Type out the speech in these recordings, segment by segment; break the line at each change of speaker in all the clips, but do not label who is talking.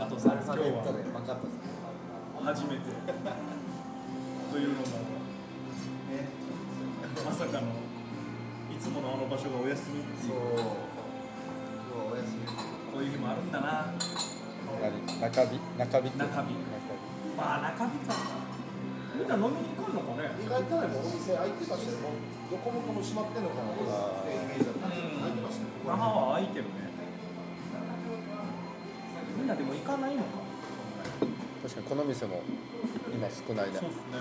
れたら分かったです
は初めてというのもねまさかのいつものあの場所がお休みって
そ
い
うう今日お休み
こういう日もあるんだな
中日中日って
中日まあ中日かみんな飲みに来るのかね
意外とねもうお店開いてましたよもうどこもこも閉まってんのかなとかってイメージだったんですけど開いてましたね
那覇は空いてるねみんなでも行かないのか
確かにこの店も今少ないね
そうですね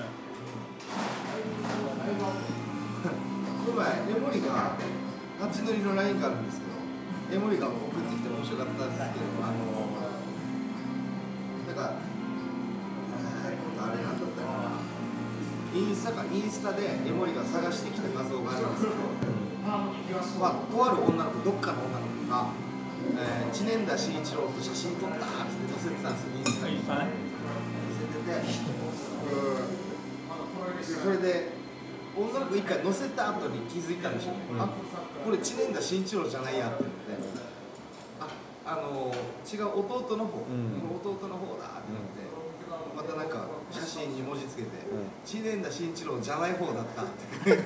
この前、エモリが、立ち乗りのラインがあるんですけど、エモリが送ってきて面白かったんですけど、あの、なんか、えーあれなんだったかな、インスタか、インスタでエモリが探してきた画像があるんですけど、まあ、とある女の子、どっかの女の子が、えー、知念田慎一郎と写真撮ったーって載せてたんですよ、インスタに。
はい
見せてて、それで女の子一回乗せた後に気づいたんでしょうね、あこれ知念田慎一郎じゃないやって言ってああの違う弟の方、弟の方だってなって、またなんか写真に文字つけて、知念田慎一郎じゃない方だったって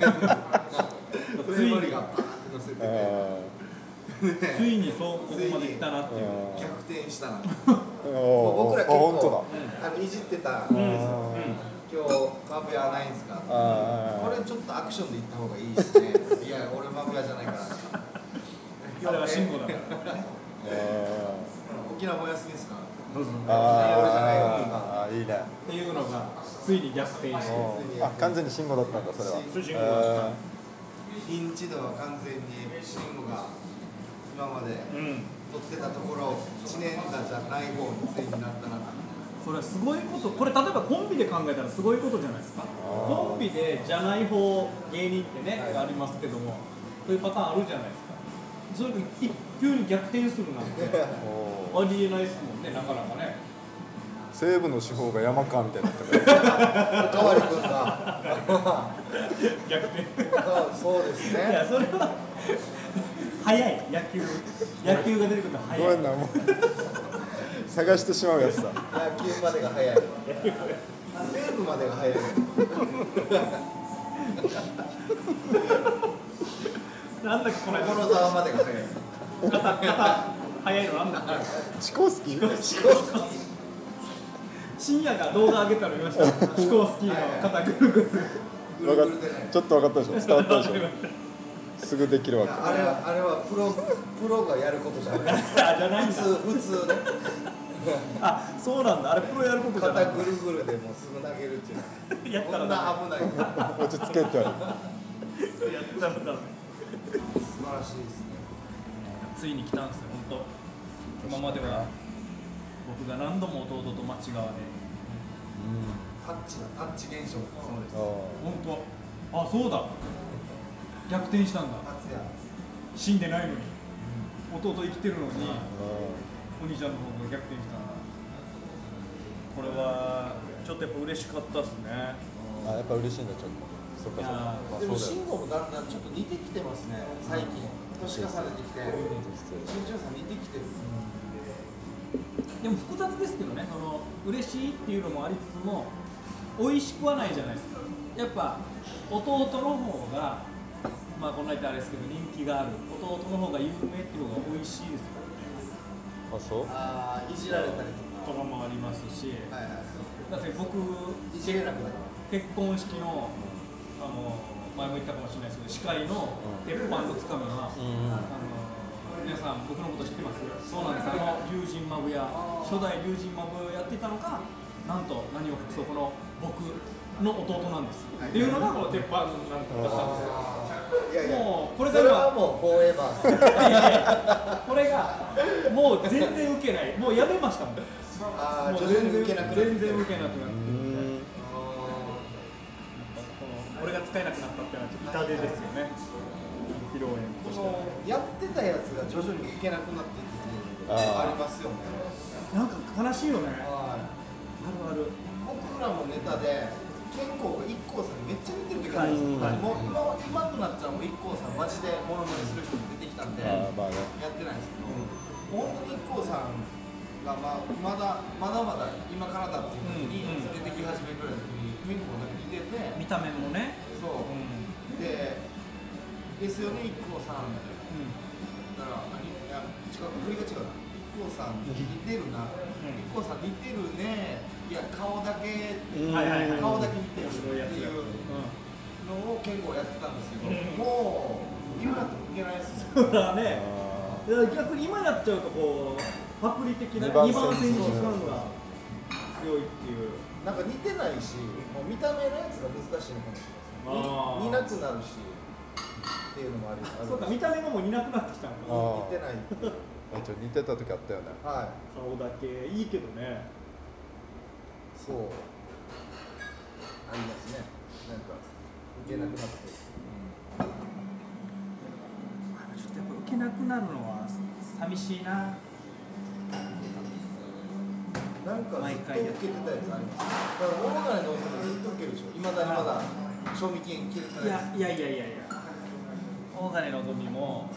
それまでがバーって乗せてて、
あ
ついにそうここまで来たなっていう
うん
逆転したな
ー
もう僕ら結
あ
構
本当だ
あのいじってたんです
うん
よ今日マブヤないんすか
あ
これちょっとアクションで行った方がいいですねいや俺マブヤじゃないから
あれは慎吾だか
ね
ら
ーあ
沖縄お休みですか
ー
俺じゃないよとか
あーいいね
っていうのがついに逆転して
うんあ完全に慎吾だったんだそれは
それ慎吾だっ
認知度は完全に慎吾が今まで
うん
取ってたところを知念田じゃない方についになったな
これはすごいことこれ例えばコンビで考えたらすごいことじゃないですかコンビでじゃない方芸人ってね、ありますけどもそういうパターンあるじゃないですかそれが一急に逆転するなんてあ
おー
りえないですもんねなかなかね
西部の司法が山かみたいになったから
おかわりくんが
逆転い
そうですね
やそれは早い野球野球が出てくるの
ご
早
め
い
んなもう探してしまうやつだ
野球までが早い西武までが早い
なんだっけこの間
所沢までが早い
肩肩早いのなんだっけ
チコスキー
深夜が動画上げたの見ました 飛行スキーの肩ぐるぐる
ぐ
わ
る
か
ぐ
っ
るでね
ちょっと分かったでしょ伝わったでしょすぐできるわけ
あれはあれはプロプロがやることじゃない
あじゃないん
普
だ
通普通ね
あそうなんだあれプロやることじゃない
肩ぐるぐるでもうすぐ投げるっていう
やった
こ
ら
ん
だ
な危ない素晴
落ち着けって言われる
やったらだ
らしいですね
ついに来たんですよ本当今までは僕が何度も弟と間違われ
タッチタッチ現象そうです
あ
本当あそうだ逆転したんだ
達也
死んでないのに弟生きてるのにお兄ちゃんの方が逆転したんだこれはちょっとやっぱ嬉しかったっすね
ーあやっぱ嬉しいんだちょっとそっかそ
い
っか
や
まあ
で
そ
も
うだよ
慎吾もだんだんちょっと似てきてますね最近年がされてきて新庄さん似てきてる
でも複雑ですけどね、その嬉しいっていうのもありつつも、美味しくはないじゃないですか、やっぱ弟の方が、まあ、この間あれですけど、人気がある、弟の方が有名っていう方が美味しいですからね、
あそう
ああいじられたりと
とかもありますし、
かはいはい
だって僕、
いじれなくなる
結婚式の、あの前も言ったかもしれないですけど、司会の鉄板のつかみは、あの皆さん、僕のこと知ってますそうなんです、あの龍神マブや、初代龍神マブやってたのか、なんと何を隠そう、この僕の弟なんです、
はい
っていうのが、 この鉄板なんだったんです
いやい
よ。
や
もうこれ
そ
か
れ
ら
はもうフォーエバー
いやいや これがもう全然ウケない、もうやめましたもん、も
ああ
う
全然受けなくなって
全然ウケなくなって。
うん
これが使えなくなったっていうのは痛手ですよね、披露宴としては
やってたやつが徐々にいけなくなってきてるのがありますよね
なんか悲しいよね、あ
はい
るある、
僕らもネタで健康が IKKO さんにめっちゃ似てる時あるんですよ、
はい
もう今今となったらもう IKKO さんマジでモノマネする人も出てきたんでや
あーまあね
ってないんですけど、本当に IKKO さんが、まあ、まだまだまだ今からだっていう時に
うんうん
出てき始めるぐらいの時に雰囲気もなんか似てて、
見た目もね
そう
う、ん
で S よね IKKO さんみたいな
う
だからあいや違う振りが違うな IKKO さん似てるな IKKO さん似てるねいや顔だけ
うん
はいはいはい
顔だけ似てるって
面白いやつ
い
や
うのを結構やってたんですけど、
うん
もう今だといけないですよ
ん、だ からねい
あ
や逆に今やっちゃうとこうパプリ的な
二
2
番
番
線
線にしまうのが強いっていう
なんか似てないしもう見た目のやつが難しいのかもしれ
あー
ないですね似なくなるしっていうのもありある
そうか見た目がもう似なくなってきたの
あ
か
似
ー
てないっていう
ーえっと似てた時あったよね
はい
顔だけいいけどね
そうありますねなんかいけなくなって、
ちょっとやっぱ受けなくなるのは寂しいな
なんかず
毎
っと
回
受けてたやつありますだから大金のお金ずっと受けるでしょいまだにまだ賞味期限切れてない
い
や
やいやいやいやいや大金の時も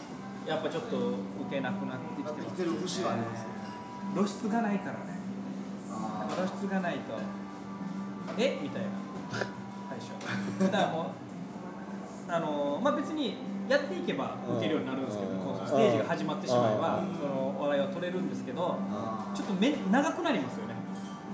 やっぱちょっと受けなくなってき
つなっててき
ま
て
す
る節はあります
露出がないからね
あ
露出がないとえみたいな最初だからもうあのまあ別にやっていけば受けるようになるんですけど、
うん
このステージが始まってしまえば、
うん
その笑いは取れるんですけど、
あ
ちょっとめ長くなりますよね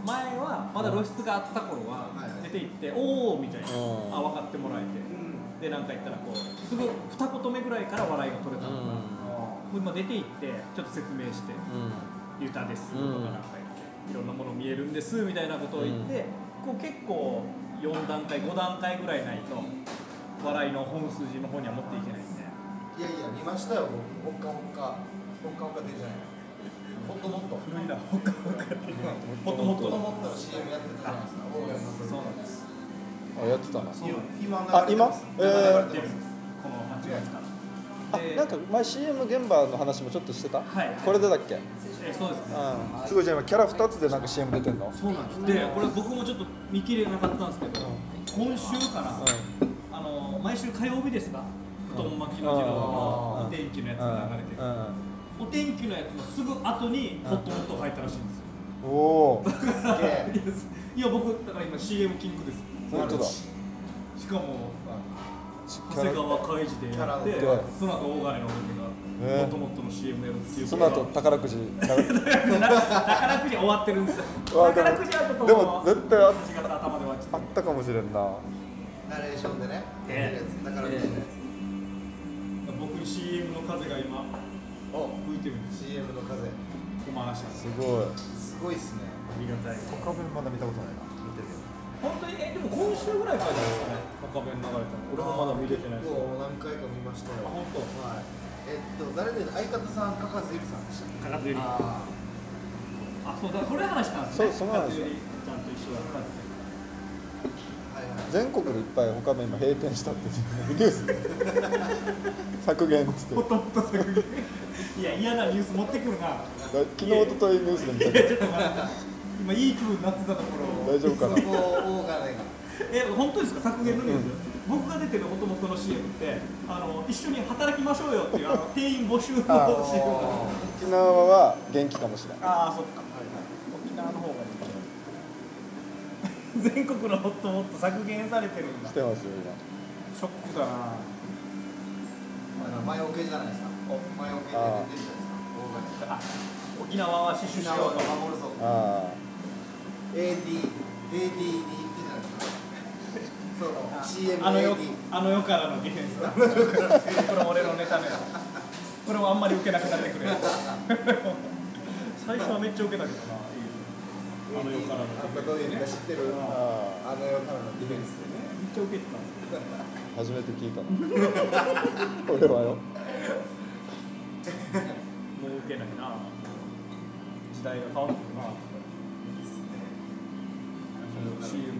前はまだ露出があった頃は
はい
出て行って「おお」みたいな、
うん
あ分かってもらえて
うん
でなんか言ったらこうすぐ二言目ぐらいから笑いが取れたのかな、もう今出て行ってちょっと説明して
う
「ユタです」とか
うん
なんか言って「いろんなもの見えるんです」みたいなことを言って、こう結構4段階5段階ぐらいないと笑いの本筋の方には持っていけないんで
いやいや見ましたよ僕ほっかほっかほっかほっか出てないもっともっとも
古いなほっかほっかってもっともっ
っと
と
もっとの CM やってたじゃないですか大金のお金
そうなんです
んあやってたな
そうなんです
今流れてます
あ今え
流れてます
この8月から
あ
で
なんか前 CM 現場の話もちょっとしてた、
はい
これでだっけ、
えそうですね
うん、すごいじゃあ今キャラ2つでなんか CM 出てんの、
そうなんですでこれ僕もちょっと見切れなかったんですけど今週からあの毎週火曜日ですか布団巻きの二郎のお天気のやつが流れてるお天気のやつのすぐ後にホットホットが入ったらしいんですよ
うん、おお
すげえ
いや僕だから今 CM キングです
本当だ
しかも
キ
長
ャ
谷
ラ
川海事で
キ
やって
ャラで
その後大金の俺
え
がホッ
ー
トホットの CM やるっていう
その後宝くじ流れて る
宝くじは終わってるんですよ
わかる
宝くじはちょっと
でも絶対あっ
8月頭で終わっち
あ
ゃ
っ
った
かもしれんな
ナレーションでね、
ええ
だからみたいなやつ、
た僕に CM の風が今
お
吹いてるんです
CM の風
コマーシャル
すご
すごいっ
い
すね
ありがたい
他分まだ見たことないな
見てて
本当にえでも今週ぐらいからじゃないですかね中弁流れたの俺もまだ見れてないです
僕も何回か見ましたよ
あ本当
はいえっと誰で相方さんかかずゆりさんでしたっけ
高津ゆり
あ
あそうだこれ話したんですね
そうその
高
話
津ゆりちゃんと一緒だったんですよ
あはいはい
全国でいっぱい他弁今閉店したっていうニュー スで削減っつって
ほとんど削減いや嫌なニュース持ってくるな
昨日一昨日ニュースで見たけ
ち
ど
ょっと待って今いい気分になってたところを
大丈夫かな
そこを大金が
え本当ですか削減のニュース、僕が出てる元々の CM ってあの一緒に働きましょうよっていうあの定員募集の CM
あー
あ
沖縄は元気かもしれない
あーそっか、沖縄の方がいいか全国のホットモット削減されてるんだ
し
シ
てますよ
ョックだな
あの前置けじゃないですかお前置けで出てるじゃないですか
あ沖縄は死守
大金
し
が
ようと
沖縄を守るぞ
今あ
AD AD に行ってじゃないですかそう
あ
CM
あの世
AD
あの世からのディフェンスだこれ俺のネタねこれはあんまり受けなくなってくれ最初はめっちゃ受けたけどなあの世からのディ
あ
フ
どういう意
ェンス
味か知ってる
あ
あ
ああ
の世からのディフェンスでね
めっちゃ受けてたんですよ
初めて聞いたの 俺はよ
もう受けないな時代が変わってるなその CM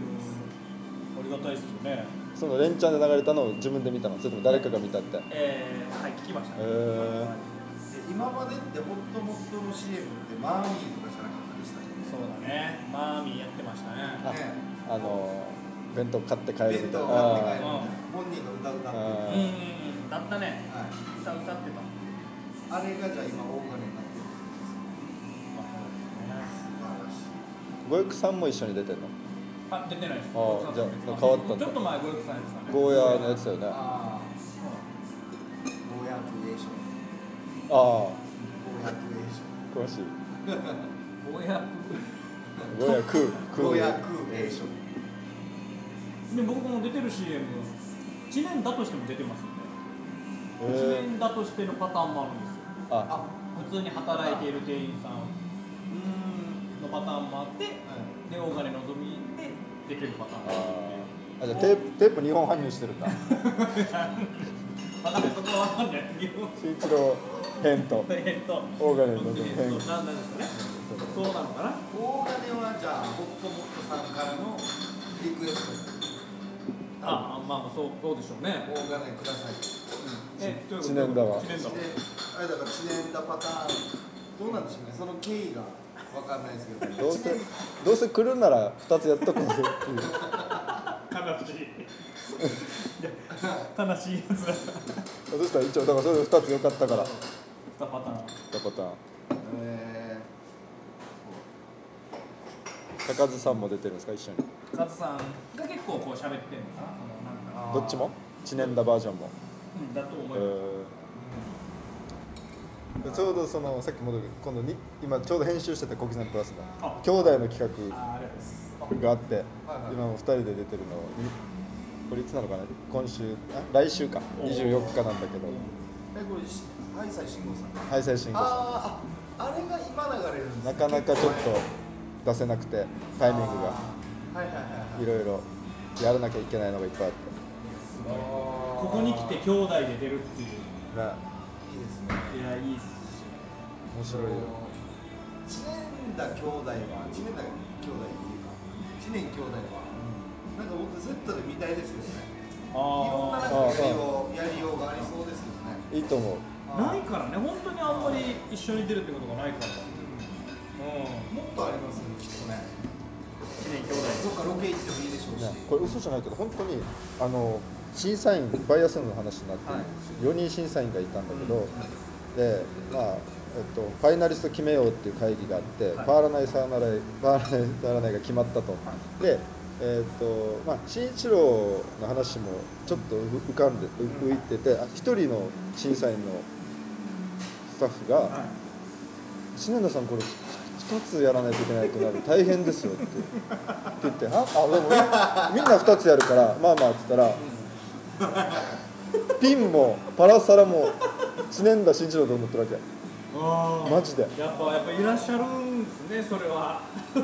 ありがたいですよね
その連チャンで流れたのを自分で見たのそれとも誰かが見たって
えー、はい聞きました、
へー
で今までってホットモットの CM ってマーミーとかじゃなかったでしたっけ
そうだねマーミーやってましたね
あ
ね
あの弁当買って帰る
弁
みた
当
いな
買って帰る
あ
本人が歌歌って
あ
う
は
んうんうんだったね
い
歌歌ってた
あれがじゃあ今大金になってる
そうですね
五育さんも一緒に出てんの
あ出てないです
あーじゃあ変わったん
ち
だ
ょっと前ゴルフさんでしたね
ゴーヤーのやつだよね
ああ
あ
ゴーヤークリエーション
あー
ゴーヤークリエーシ
詳しい
ゴーヤ
ゴーヤー
ョ
食う
ンゴー
食う
ヤークリエーション
で僕も出てる CM 知念だとしても出てますよね
え
知
ー
念だとしてのパターンもあるんですよ
あ
あ
普通に働いている店員さん
うーん
のパターンもあって
はい
で大金のぞみで出てるパターン
あ
もあ
ーあじゃあテープテープ2本搬入してるんだ
るまたそこは分かんない日本
新一郎編と
えっと
大金の
どっ
ぞ
ち
み
に
編
なんなんですかねそうなのかな
大金はじゃあホッコモッコさんからのリクエスト
ああまあそうそうでしょう
大
ね
金くださいで
えどういうこと
知念だわ
知念だわ
あれだから知念だパターンどうなんでしょうねその経緯がわかんないですけど
どうせどうせ来るんなら2つやっとこうぜっていう
悲しい悲しいやつだ
そしたら一応だからそれで2つ良かったからだ
2パターン
パターン
え
高津さんも出てるんですか一緒に
カズさんが結構こう喋ってんのかなそのなん
ーあ
か、
ー
どっちも知念だバージョンも、
うん、だと思
え
います、
ーちょうどそのさっき戻る今度に今ちょうど編集してた「小刻みプラス」だ
あ
兄弟の企
あーあり
画
がとうございます
があって
はいはい
今も2人で出てるのをこれいつなのかな今週あ来週か24日なんだけど
えこれし愛西慎吾さん
敗戦進行さ
あーああれが今流れるんです
んなかなかちょっと出せなくてタイミングが
あーはいはいはいはい
いろいろやらなきゃいけないのがいっぱいあって
すごい
こ
ここに来て
いい
兄弟で出るっていう
ね
ですね
いやいいっす
面
そ
白い
の
よ
知念だ兄弟は知念だ兄弟っていうか知念兄弟はなんか僕セットで見たいですけどねい
あ
ろんななんか
ー
やりようやりようがありそうですけどね
いいと思う
あー
ないからね本当にあんまり一緒に出るってことがないからうん
もっとありますよねきっとね
知念兄弟
どっかロケ行ってもいいでしょうし、
ね、これ嘘じゃないけど本当にあの審査員バイアスロンの話になって、
はい
4人審査員がいたんだけど、でまあえっと、ファイナリスト決めようっていう会議があって、
はい
パーラナイサーナライパーラナイサーナライが決まったと、でえっとまあ新一郎の話もちょっと浮かんで浮いててあ一人の審査員のスタッフが、
はい
篠田さんこれ2つやらないといけないとなる大変ですよってって言って「ああでもみみんな2つやるからまあまあ」っつったらピンもパラサラも知念田慎一郎と思ってるわ
あ
け
ー
マジで
やっぱやっぱいらっしゃるんですねそれは
えー、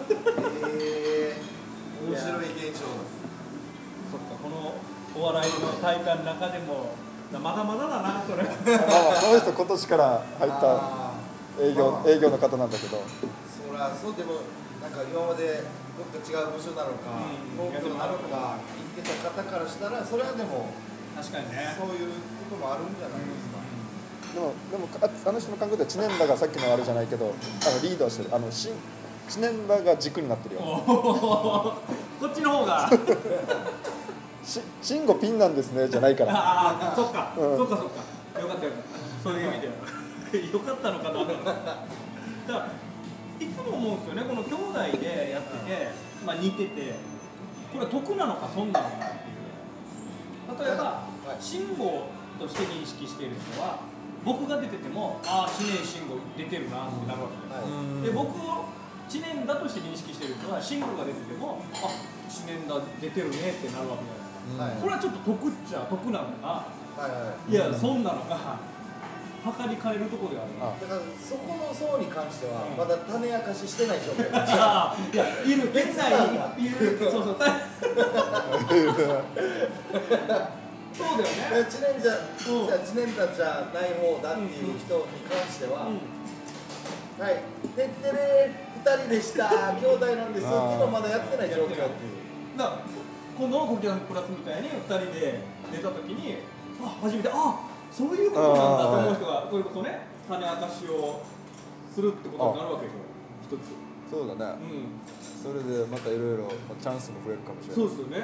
面白い現象
そっかこのお笑いの大会の中でもまだまだだなそれ
まあまあこの人今年から入った
あー
営業
まあ
営業の方なんだけ
そ
ど
らそうでもなんか今までどっか違う場所なのか
うん
東京なのか行ってた方からしたらそれはでも
確かに
そういうこともあるんじゃないですか、
でもでもああの人の感覚では知念田がさっきのあれじゃないけどあのリードはしてるあのし知念田が軸になってるよ
こっちの方が
し慎吾ピンなんですねじゃないから
ああそっか、
うん
そっかそっかよかったよかったそういう意味ではよかったのかなだからいつも思うんですよねこの兄弟でやってて、まあ、似ててこれ得なのか損なのかっていう例えば
はい
慎吾として認識している人は僕が出ててもああ知念慎吾出てるなってなるわけで
はい
すで僕を知念だとして認識してる人は慎吾が出ててもあ知念だ出てるねってなるわけじゃないですか
はい
これはちょっと得っちゃ得なのか
はいはい
いや損なのか測り変えるとこではあるな
あ
だからそこの層に関しては
うん
まだ種明かししてない状態 です
ああいやいる現在いるそう そうたそうだよね
知念じゃ、
うん
じゃあ知念たちじゃない方だっていう人に関しては、
う
はい、てってれー、二人でした、兄弟なんですっていうのまだやってない状況っていう。
んだから今度の「コキャンプラス」みたいに2人で出た時にあ初めてあそういうことなんだと思う人がそれこそね種明かしをするってことになるわけでしょ一つ
そうだね、
うん
それでまたいろいろチャンスも増えるかもしれ
そ
ない
うですよね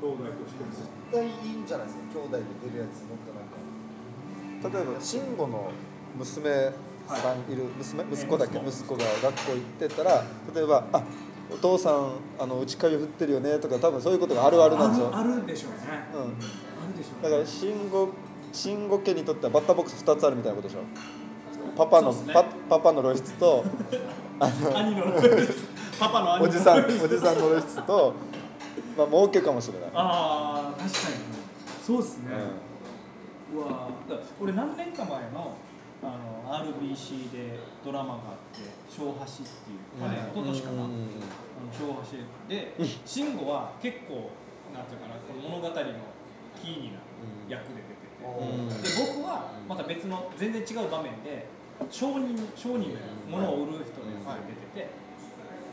兄弟としても
絶対いいんじゃないですか、兄弟で出るやつ、もっとなんか。
例えば慎吾の娘さんいる、娘息子だっけ
ええ
息子が学校行ってたら例えば「あお父さんあの内壁振ってるよねとか多分そういうことがあるあるなんですよ
あるあるでしょうねあ
うん、
るでしょう
だ
ね
から慎吾慎吾家にとってはバッターボックス2つあるみたいなことでしょパパの、
そうっすね
パパパの露出 と
兄の パパの兄の
おじさんおじさんの露出とまあ儲けかもしれない、
ああ確かにそうですね、
うん
うわーだから俺何年か前のあの RBC でドラマがあって「小橋」っていう、
はい
あれ一昨年かな、
うん
あの
うん
小橋で慎吾は結構なんていうかなこの物語のキーになる役で出
うんうん
てて、で僕はまた別の全然違う場面で商人商人の物を売る人の役で出てて。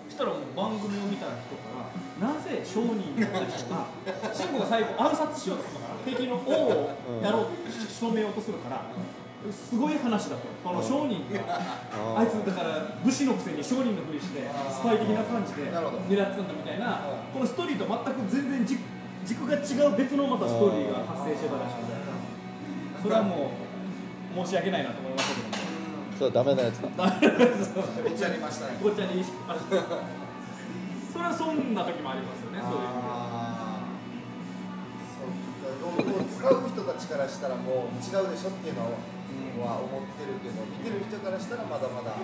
そしたらもう番組を見た人からなぜ商人だった人が慎吾が最後暗殺しようとするから敵の王をやろう仕留めようとするからすごい話だとこの商人があいつだから武士のくせに商人のふりしてスパイ的な感じで
なるほど
狙ってたんだみたいなこのストーリーと全く全然軸軸が違う別のまたストーリーが発生してたらしいんでそれはもう申し訳ないなと思いましたけども
そうダメなやつだ
おっちゃりましたね
ごっちゃにあれそれはそんな時もありますよねそういう意味で
あーそっかもう使う人たちからしたらもう違うでしょっていうのは思ってるけど見てる人からしたらまだまだあ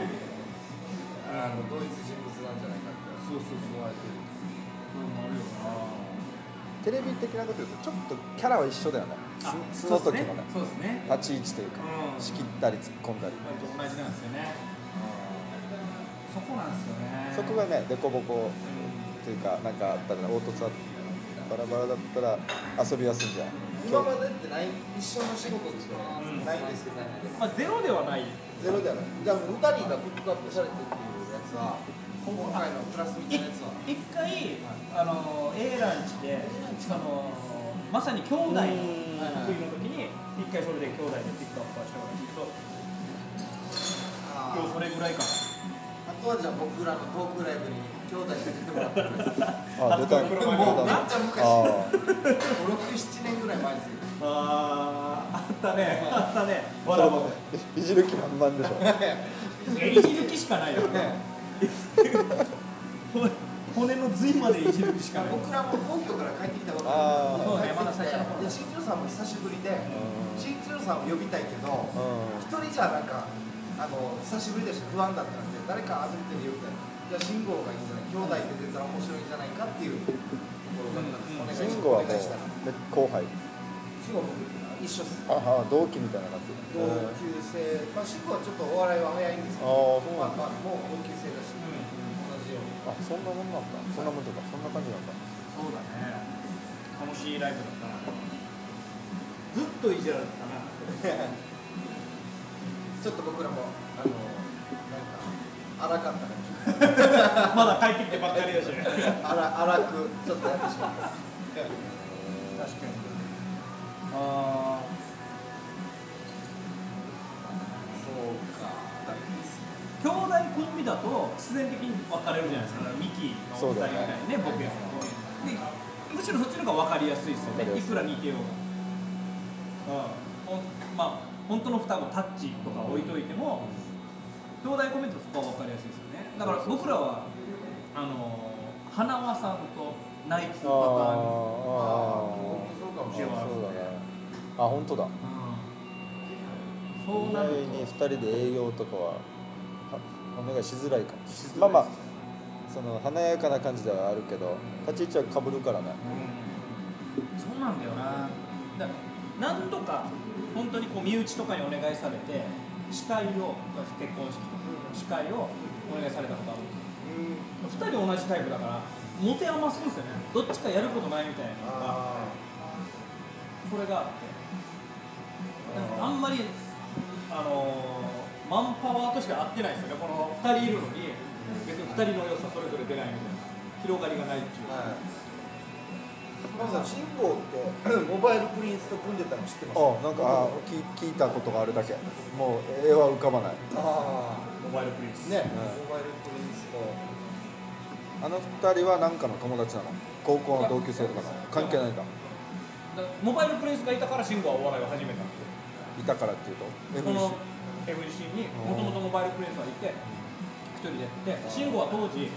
の同一人物なんじゃないかってそうそうそう思われてる
うんあるよ
テレビ的なこと言うとちょっとキャラは一緒だよね
な
す素の時のね
そうですね
立ち位置というか
うん
仕切ったり突っ込んだり
割と同じなんですよねそこなんですよね
そこがね凸凹
うん
というかなんかあったら凹凸あったらバラバラだったら遊びやすいんじゃん
今までってない一緒の仕事っていうのはないんですけど、
まあゼロではない
ゼロではないじゃあもう2人がピックアップされてっていうやつは今回のプラスみたいなやつは
一回あの A ランチでそのまさに兄弟の
うん
冬の時に一回それで兄弟でピックアップはしたからきっと今日それぐらいかな
あとはじゃあ僕らのトークライブに兄弟で出てもらってください
あ出た
あ
出
と これ
た
もうめっちゃ昔
あー
67年ぐらい前ですよ
あーあったねあったねわらわら
いじる気満々でしょ
えいじる気しかないよね 骨の髄までいじる気しかない
僕らも東京から帰ってきたこと
あー
もう帰ってきて
そうねまだ最初の頃
で新一郎さんも久しぶりで
ん
新一郎さんを呼びたいけど一人じゃなんかあの久しぶりでした不安だったんで誰か預けてるよみたいなじゃあ慎吾がいいんじゃない兄弟で出たら面白いんじゃないかっていうところがあったんです、お願いし
うん慎
ますお願
吾はもう
いしたら慎吾僕一緒
め後輩
っす
ああ同期みたいな感じ
同級生まあ慎吾はちょっとお笑いは早いんですけ
あー
ど
そう
まあ
な
まあ
んだ
もう同級生だし、同じように
あそんなもんなんだそんなもんとかそんな感じなんだ
そうだね楽しいライブだったなずっといじられてたな
ちょっと僕らもあのなんか荒かったかもしれない
まだ帰ってきてばっかりだし確
あら荒くちょっとやってしまった。
かにああ
そうか。
兄弟コンビだと必然的に分かれるじゃないですかミキのお二人みたいにね僕やさんとでむしろそっちの方が分かりやすいですよ
分か
ねい
りやすい
くら似てようが、うんほんまあ本当の双子タッチとか置いといても兄弟コメントそこは分かりやすいですよねだから僕らはあのー花輪さんとナイツ
あー
の
あ
あ
本当そうかもしれない。
ー
そうだねあ本当だ
パターン、うん、そう
意
な
外
ると
に2人で営業とかははお願いしづらいかも
しづらいです
まあまあその華やかな感じではあるけど立ち位置はかぶるからね
そうなんだよなだ何度か本当にこう身内とかにお願いされて司会を結婚式の司会をお願いされたことあるんですよ2人同じタイプだから持て余すんですよねどっちかやることないみたいなのが
あ
これがあってなんかあんまりあのーマンパワーとして合ってないですよねこの2人いるのに別に2人の良さそれぞれ出ないみたいな広がりがないっていう
あ。はい。
か
まずは信号ってモバイルプリンスと組んでたの知ってます。
あなんかあ聞聞いたことがあるだけもう絵は浮かばない
あ
モバイルプリンス
ーね、モバイルプリンスと。
あの2人は何かの友達なの高校の同級生とかの関係ないん
だ
だ
からモバイルプリンスがいたから慎吾はお笑いを始めたんで
いたからっていうと
こ
FC
の FGC にもともとモバイルプレイスがいて一人でやってて慎吾は当時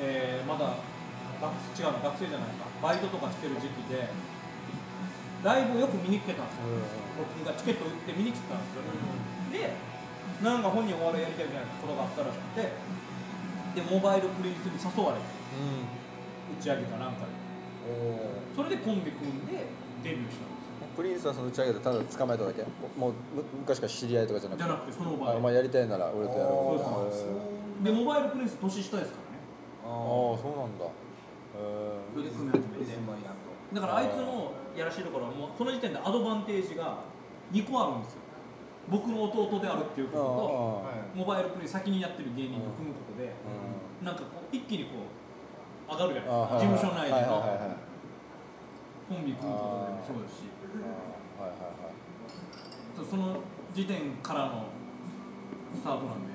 えーまだ学違うの学生じゃないかバイトとかしてる時期でライブをよく見に来てたんですよ僕がチケット売って見に来てたんですよ、でなんか本人お笑いやりたいみたいなことがあったらしくてでモバイルプリンスに誘われて打ち上げかなんかでそれでコンビ組んでデビューしたんですよ
プリンスはその打ち上げでただ捕まえただけもうむ昔から知り合いとかじゃなく
じ
て
ゃなくてその場
あ
合
お前やりたいなら俺とやろう
あー
へー
でモバイルプリンス年下ですからね
ああそうなんだへ
それで組み始めて
う
だからあいつのやらしいところはもうその時点でアドバンテージが2個あるんですよ僕の弟であるっていう
えあ
こ
あ
ととモバイルプレイ先にやってる芸人と組むことでなんかこう一気にこう上がるじゃない
ああ
ですか事務所内で
はいはいはいはい
のコンビ組むことでもそうですし
ああはいはいはい
その時点からのスタートなんで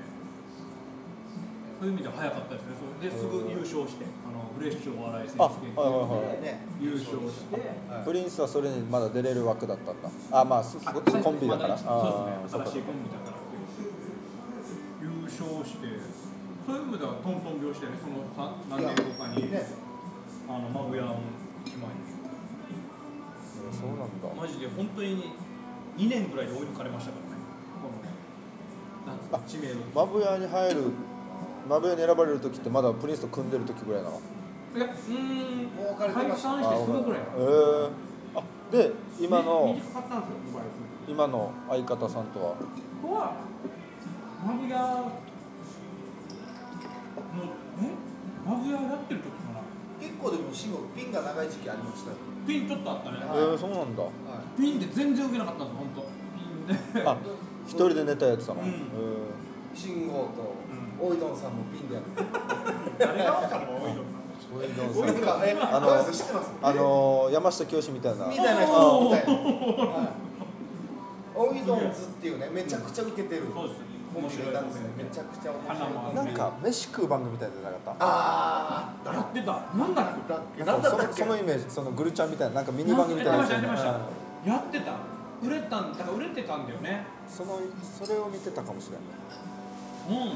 そういう意味では早かったですねそれですぐ優勝してあのフレッシュお笑い選
あ
手権
はいはいはい
ね
優勝して
はい
プリンスはそれにまだ出れる枠だったんだあまあすす
あ
コンビだか
まそ
ら
うですね
ああ
新しいコンビだからっていう優勝してそういう意味ではトントン拍子でねそのさ何年後かに
ね
あのマブヤも決まり
そうなんだ
マジで本当に2年ぐらいで追い抜かれましたからねこのなんつうか知名度
マブヤに入るマブヤに選ばれる時ってまだプリンスと組んでる時ぐらいな
い
の
やうーん
もう彼出ました
解散してすぐぐらい
あへえあで今の
短かったんですよモバイルス
今の相方さんとは
ここはマブヤのえマブヤやってる時かな
結構でもシンゴピンが長い時期ありましたよ
ピンちょっとあったね
へえ
はい
そうなんだ
はい
ピンで全然受けなかったんですよ、本当。ピンで。
あ一人でネタやってたの、
うん
へ
信号とおいどんさんもピンでやる。
誰が分かるの多いの
えウィンドウズ
おいどんさん え、
あ
あ
の
の知ってます。
あのー山下清みたいな
みたいな人みたいな。はいおいどんずっていうね、めちゃくちゃ受けてる。
そうですね。
コンビがいたんですよ。めちゃくちゃ面白い。
花もある
なんか飯食う番組みたいなのなかった
あーあ
やってた。なんだっけ
った。
な
なんん
か
だっ
そ
た
の
っけ
そ。のイメージそのグルチャンみたいななんかミニ番組みたいな
や
や
っ
つ
て
よ
ました、
ね
やってました。やってた。売れたんだから売れてたんだよね。
うんそのそれを見てたかもしれない
うん。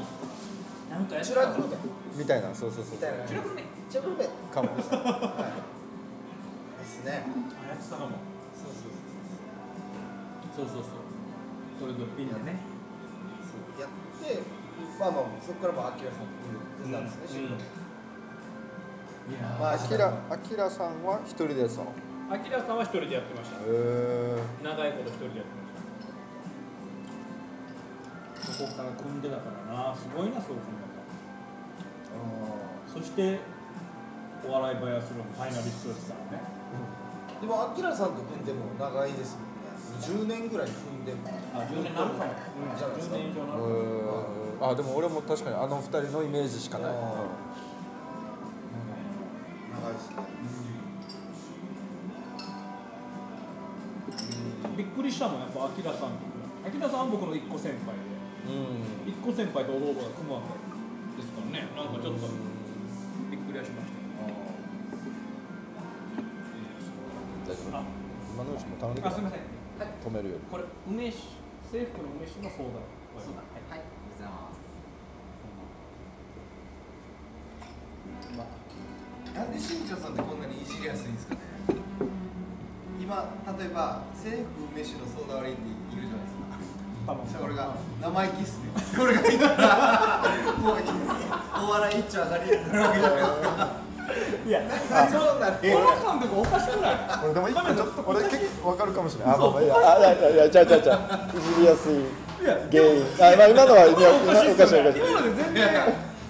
なんかやって
チ
た。
ュラクルメ
みたいなそうそうそう
みたいな。
チュラクルね。
チュラクルメ。は
かも
い。ですね。
あ、やってたかも。
そうそう
そうそうそう。それぞれピンでね。
そうそう。やって、まあまあそこからもアキラさんと組んでたんですね。シンゴ
いや
ま
あきらあきらさんは一人でやってたのへ
ー、アキラさんは一人でやってました。
え
長いこと一人でやってました。ここから組んでたからな。すごいな、そう考えたら。そしてお笑いバイアスロンファイナリストですからね。
うんでもアキラさんと組んでも長いですもんね。10年ぐらい組んでも。
あ、10年なるかも。
じゃないです
10
か
年以上なるかも。
あでも俺も確かにあの二人のイメージしかない
あー
う
長いですね。
びっくりしたもん、やっぱアキラさんと。アキラさんは僕の1個先輩で、
ん
1個先輩と弟が組むわけですからね。なんかちょっとびっくりはしまし
大丈
た。
夫
あ、
今のうちも頼んでく
あ
れ
すみません。
止めるよ
これ梅酒制服の梅酒の相談。そうだ。はい。
はい、ありがとうございます。
なんで新庄さんってこんなにいじりやすいんですかね今例えば政府飯の相談割りっているじゃないですか
多分。
これが生意気っすねこれがいいからもういいお笑い一丁上がりやなるわけじゃないですか
いや、
あそうなん
この感覚おかしくない。
俺でも一個ちょっと俺結構わかるかもしれないあまあまあいや
そう
あいやいやいやちゃうちゃうちゃういじりやすい
いや、
原因あまあ今のは今
今のおかしい
今
っ
おかし
す
い
よ
お
ね
かしい
今ので全然いや
いや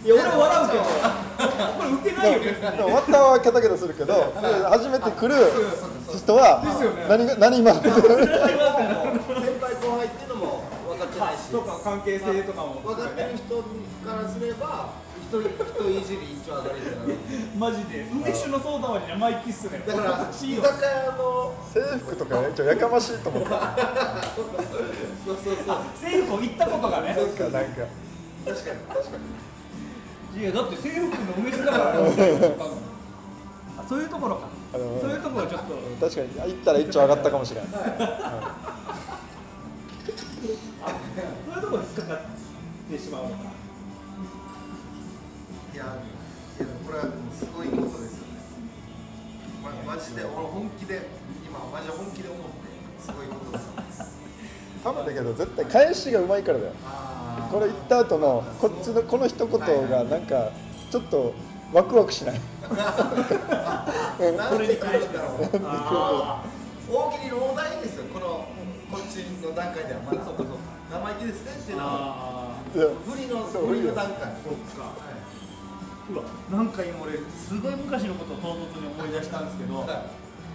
俺は笑うけどこれ受けないよね
でもでも終わったはケタケタするけど初めて来る人は
ですよね
何が何今の
先輩後輩っていうのも分かってないし
とか関係性とかも
分かってる人からすれば人人いじり一丁上がりってなる
マジで梅酒のソーダは生意気っすね
だか
お
ら居
し
酒
いよ
屋の
制服とかちょっとやかましいと思ったなんか
そうそうそう
制服行ったことがね
なんか
確かに確かに
いやだって制服の梅酒だ からあそういうところか
あの
そういうところはちょっと
確かに行ったら一丁上がったかもしれない
そういうところに引っかかってしまうのか
いやいやこれはすごいことですよね、ま、マジで俺本気で今マジで本気で思ってすごいことですよね
多分だけど絶対返しがうまいからだよ
あー
これ言った後のこっちのこの一言がなんかちょっとワクワクしない
なんて返るんだろう大喜利の大題ですよこのこっちの段階ではまだそうかそう生意気ですねっていうのは
あ
いや
不利の
そ
不
う
利の段階
ーそっかうわなんか今俺すごい昔のことを唐突に思い出したんですけど、
はい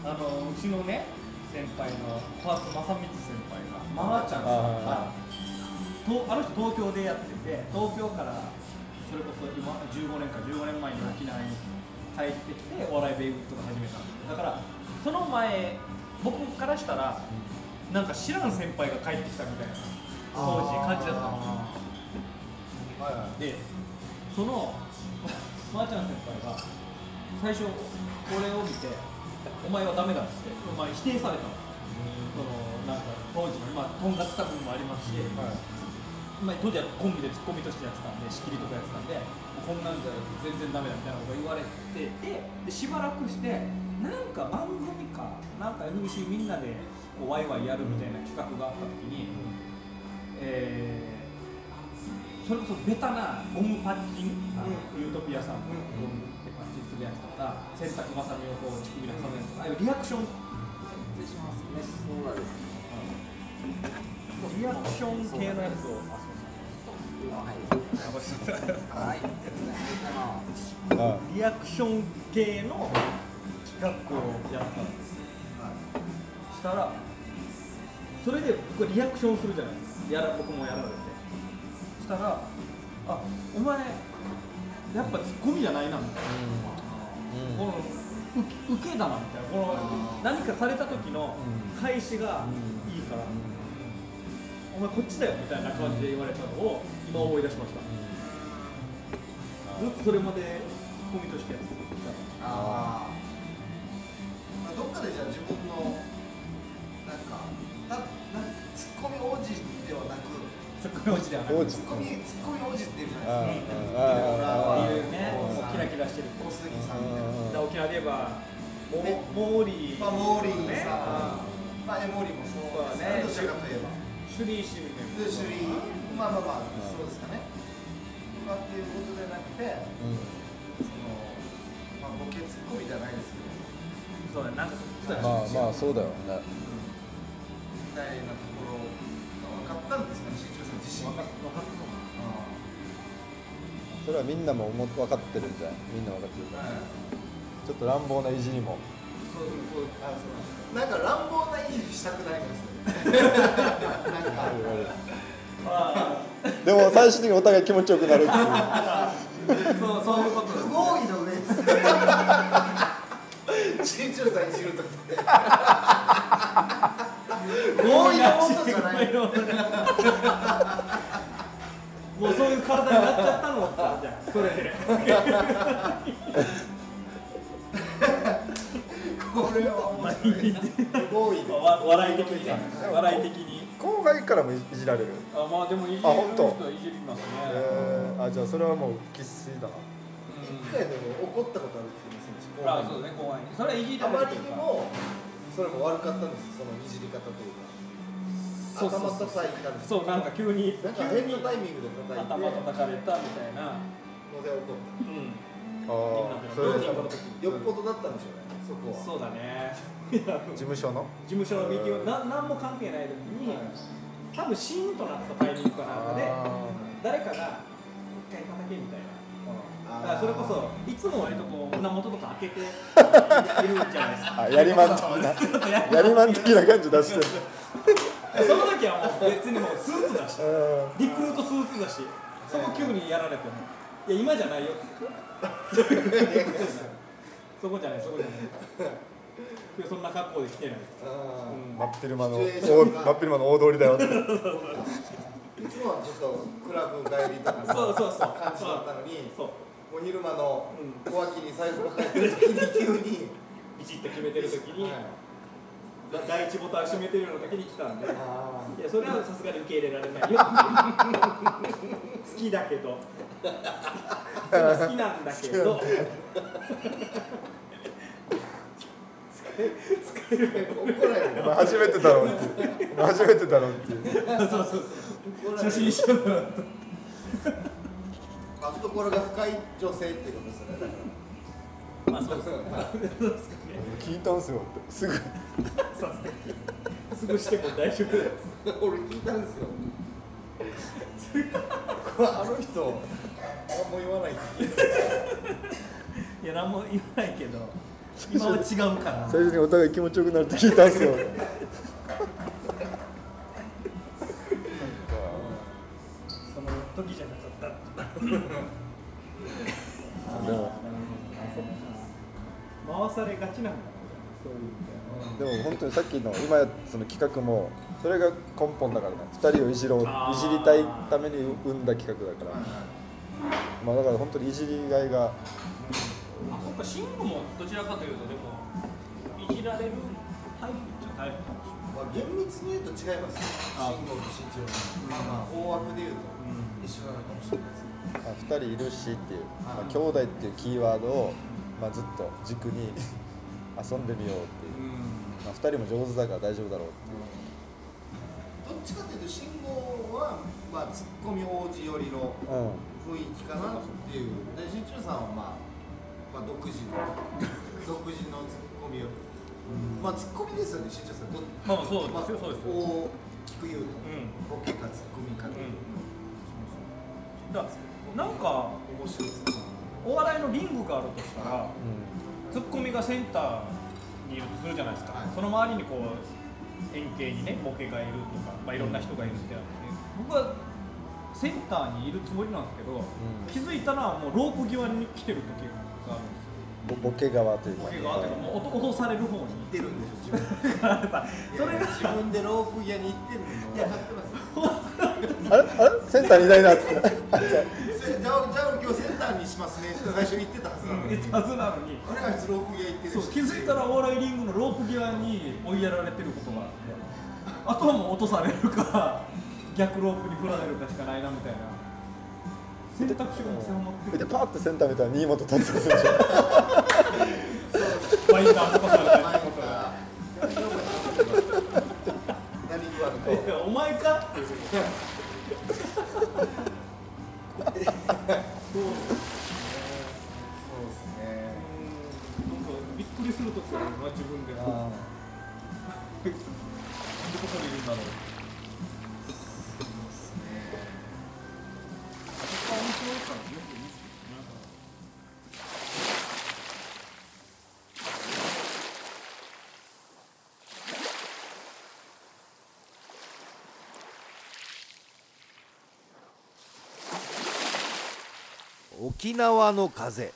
あのうちのね先輩の川津正光先輩がまーちゃんさんが
あ
とあの人東京でやってて東京からそれこそ今15年か15年前に沖縄に帰ってきてお笑いベイブとか始めたんですよだからその前僕からしたらなんか知らん先輩が帰ってきたみたいな当時感じだったんですよ
はいはい
でその まーちゃん先輩が最初これを見て「お前はダメだ」って、まあ、否定されたのそのなんか当時の、まあ、とんがつ作品もありますし、まあ、当時はコンビでツッコミとしてやってたんで仕切りとかやってたんでこんなんじゃ全然ダメだみたいなこと言われててでしばらくしてなんか番組かなんか FBC みんなでこうワイワイやるみたいな企画があった時に、えーそれこそベタなゴムパッチン、あのユートピアさんのゴムでパッチンするやつとか洗濯ばさみをこう乳首に挟むやつとかああいうリアクションしますね
そうなんです
リアクション系のやつをあそうそう
あ
リアクション系の企画をやったんですしたらそれで僕はリアクションするじゃないですかやら僕もやられてしたら「あお前やっぱツッコミじゃないな」みたいな、このウケウケだなみたいなこの何かされた時の返しがいいから、お前こっちだよみたいな感じで言われたのを今思い出しました、ずっとそれまでツッコミとしてやってきた
あー、まあ、どっかでじゃあ自分のなんかたなんツッコミ王子ではなく
ツッコミ落ちではな
王
く
ツ
子
ッコミツッコミ王子っていうじゃ
あ
ないですか
あああ
いるねもうキラキラしてる
小
だ
杉さんみたいな
から沖縄で言えばモ
ね
モーリー
まあモーリー
ね
さんまあエモリもそうですねどちらかといえば
シュリーシュリー
で種類まあまあまあそうですかねとかっていうことじゃなくてそのまあボケツッコミじゃないですけど
そうだねなんかそうだね
まあまあそうだよね
みたいなところが分かったんですかね新庄さん自身
分かっ分かったのか
それはみんなも思っ分かってるんじゃないみんな分かってるからちょっと乱暴な意地にも
そうそうあそうなんか乱暴な意地したくなりますねなんか
あ
でも最終的にお互い気持ちよくなるっていう
あそうそういうことだ
不合意の上です新庄さんいじるとかって合意のもとじゃない
もうそういう体になっちゃったのかじゃあそれで
これは面白い不合意で
わ笑い的にね笑い的に
後輩からもいじられる、
あまあでもいじる
あ本当
人はいじりますね
えー、あじゃあそれはもう生粋だな
一回でも怒ったことあるって言ってま
あそうだね後輩にそれはいじられる
あま
と
り
いう
に
か
もそれも悪かったんですそのいじり方というか
そうそうそう
頭叩いたんです
そうなんか急に
なんか
急
変
に
なタイミングで叩いて
頭叩かれたみたいな、
ので怒った
ああそれ
どうぞ
事
よっぽどだったんでしょうねそこは
そうだね事
務所の
務所のミーティングな何も関係ない時に多分シーンとなったタイミングかなんかで誰かが一回叩けみたいなだからそれこそいつも割とこう胸元とか開けているじゃないですか
あやりまん的なやりまん的な感じ出してる
その時はもう別にもうスーツだし
うん
リクルートスーツだしそこ急にやられてもいや今じゃないよ そこじゃないそこじゃない今日そんな格好で来てない
あ
真っ昼間の
シチュエーションが
大真っ昼間の大通りだよ
ーいつもはちょっとクラブ帰りとか
そうそうそう
感じだったのに
そう
お昼間の
う
小脇に財布を入れる時に急に
ビチッと決めてる時に、
はい
第一ボタン閉めてるような時に来たんでい
あ
やそれはさすがに受け入れられないよ好きだけど
ー
好きなんだけど
怒られる
お前初めてだろうってお前初めてだろうっていう
そうそう
怒
そう
られ
初心
る
者だと
懐が深い女性っていうことですよねだから
まあそうです
聞いたんすよってすぐ
さすぐしても大丈夫です
俺聞いたんですよこれあの人何も言わないって
いや何も言わないけど今は違うから
最初にお互い気持ちよくなるって聞いたんすよ
その時じゃなかった
でも
回されがちなんだそういう
でも本当にさっきの今やその企画もそれが根本だからね2人をいじろうい
あー
じりたいために生んだ企画だからまあだから本当にいじりがいが
あそっか慎吾もどちらかというとでもいじられるタイプっちゃタイプかもしれ
まあ厳密に言うと違いますよ
あ
信号と身長まあまあ大枠で言うと一緒なのかもしれないですけど
まあ、2人いるしっていう、まあ、兄弟っていうキーワードを、まあ、ずっと軸に 遊んでみようっていう、まあ、2人も上手だから大丈夫だろう
どっちかというと信号はまあツッコミ王子寄りの
っていう、
雰囲気かなっていうで新中さんはまあ、まあ、独自 の独自のツッコミを、まあツッコミですよね新中さんど
まあまあそうですよ
まあ、
そうですよ
こう聞く言うと、
ん
ボケかツッコミかっていう、
ない、うん、だなんか
面白いツッコミ
お笑いのリングがあるとしたら
うん
ツッコミがセンターにいるとするじゃないですか、
はい
その周りにこう円形にねボケがいるとか、まあ、いろんな人がいるってあって僕はセンターにいるつもりなんですけど、気づいたらもうロープ際に来てる時があるんですよ
うんボボケ側というか
ボケがあってもう落と落とされる方に
言ってるんでしょ自分で
やっぱそれが
自分でロープ屋に行ってるの分かってますよ
あれあれセンターにいないなって
それじゃあじゃあ今日センターにしますねって最初言ってたはずなのに、
言ったはずなのに
あれあいつロープ屋行ってる
そう気づいたらお笑いリングのロープ際に追いやられてることがあってあとはもう落とされるか逆ロープに振られるかしかないなみたいな選択肢が狭まって
で
る
パーってセンター見たら新本達也選手
バインダーとかされたり
前
と
か
から
何食わぬ
いやお前かっていう
そうですね。
なんかびっくりするとこあるな自分でなんでここにいるんだろう
沖縄の風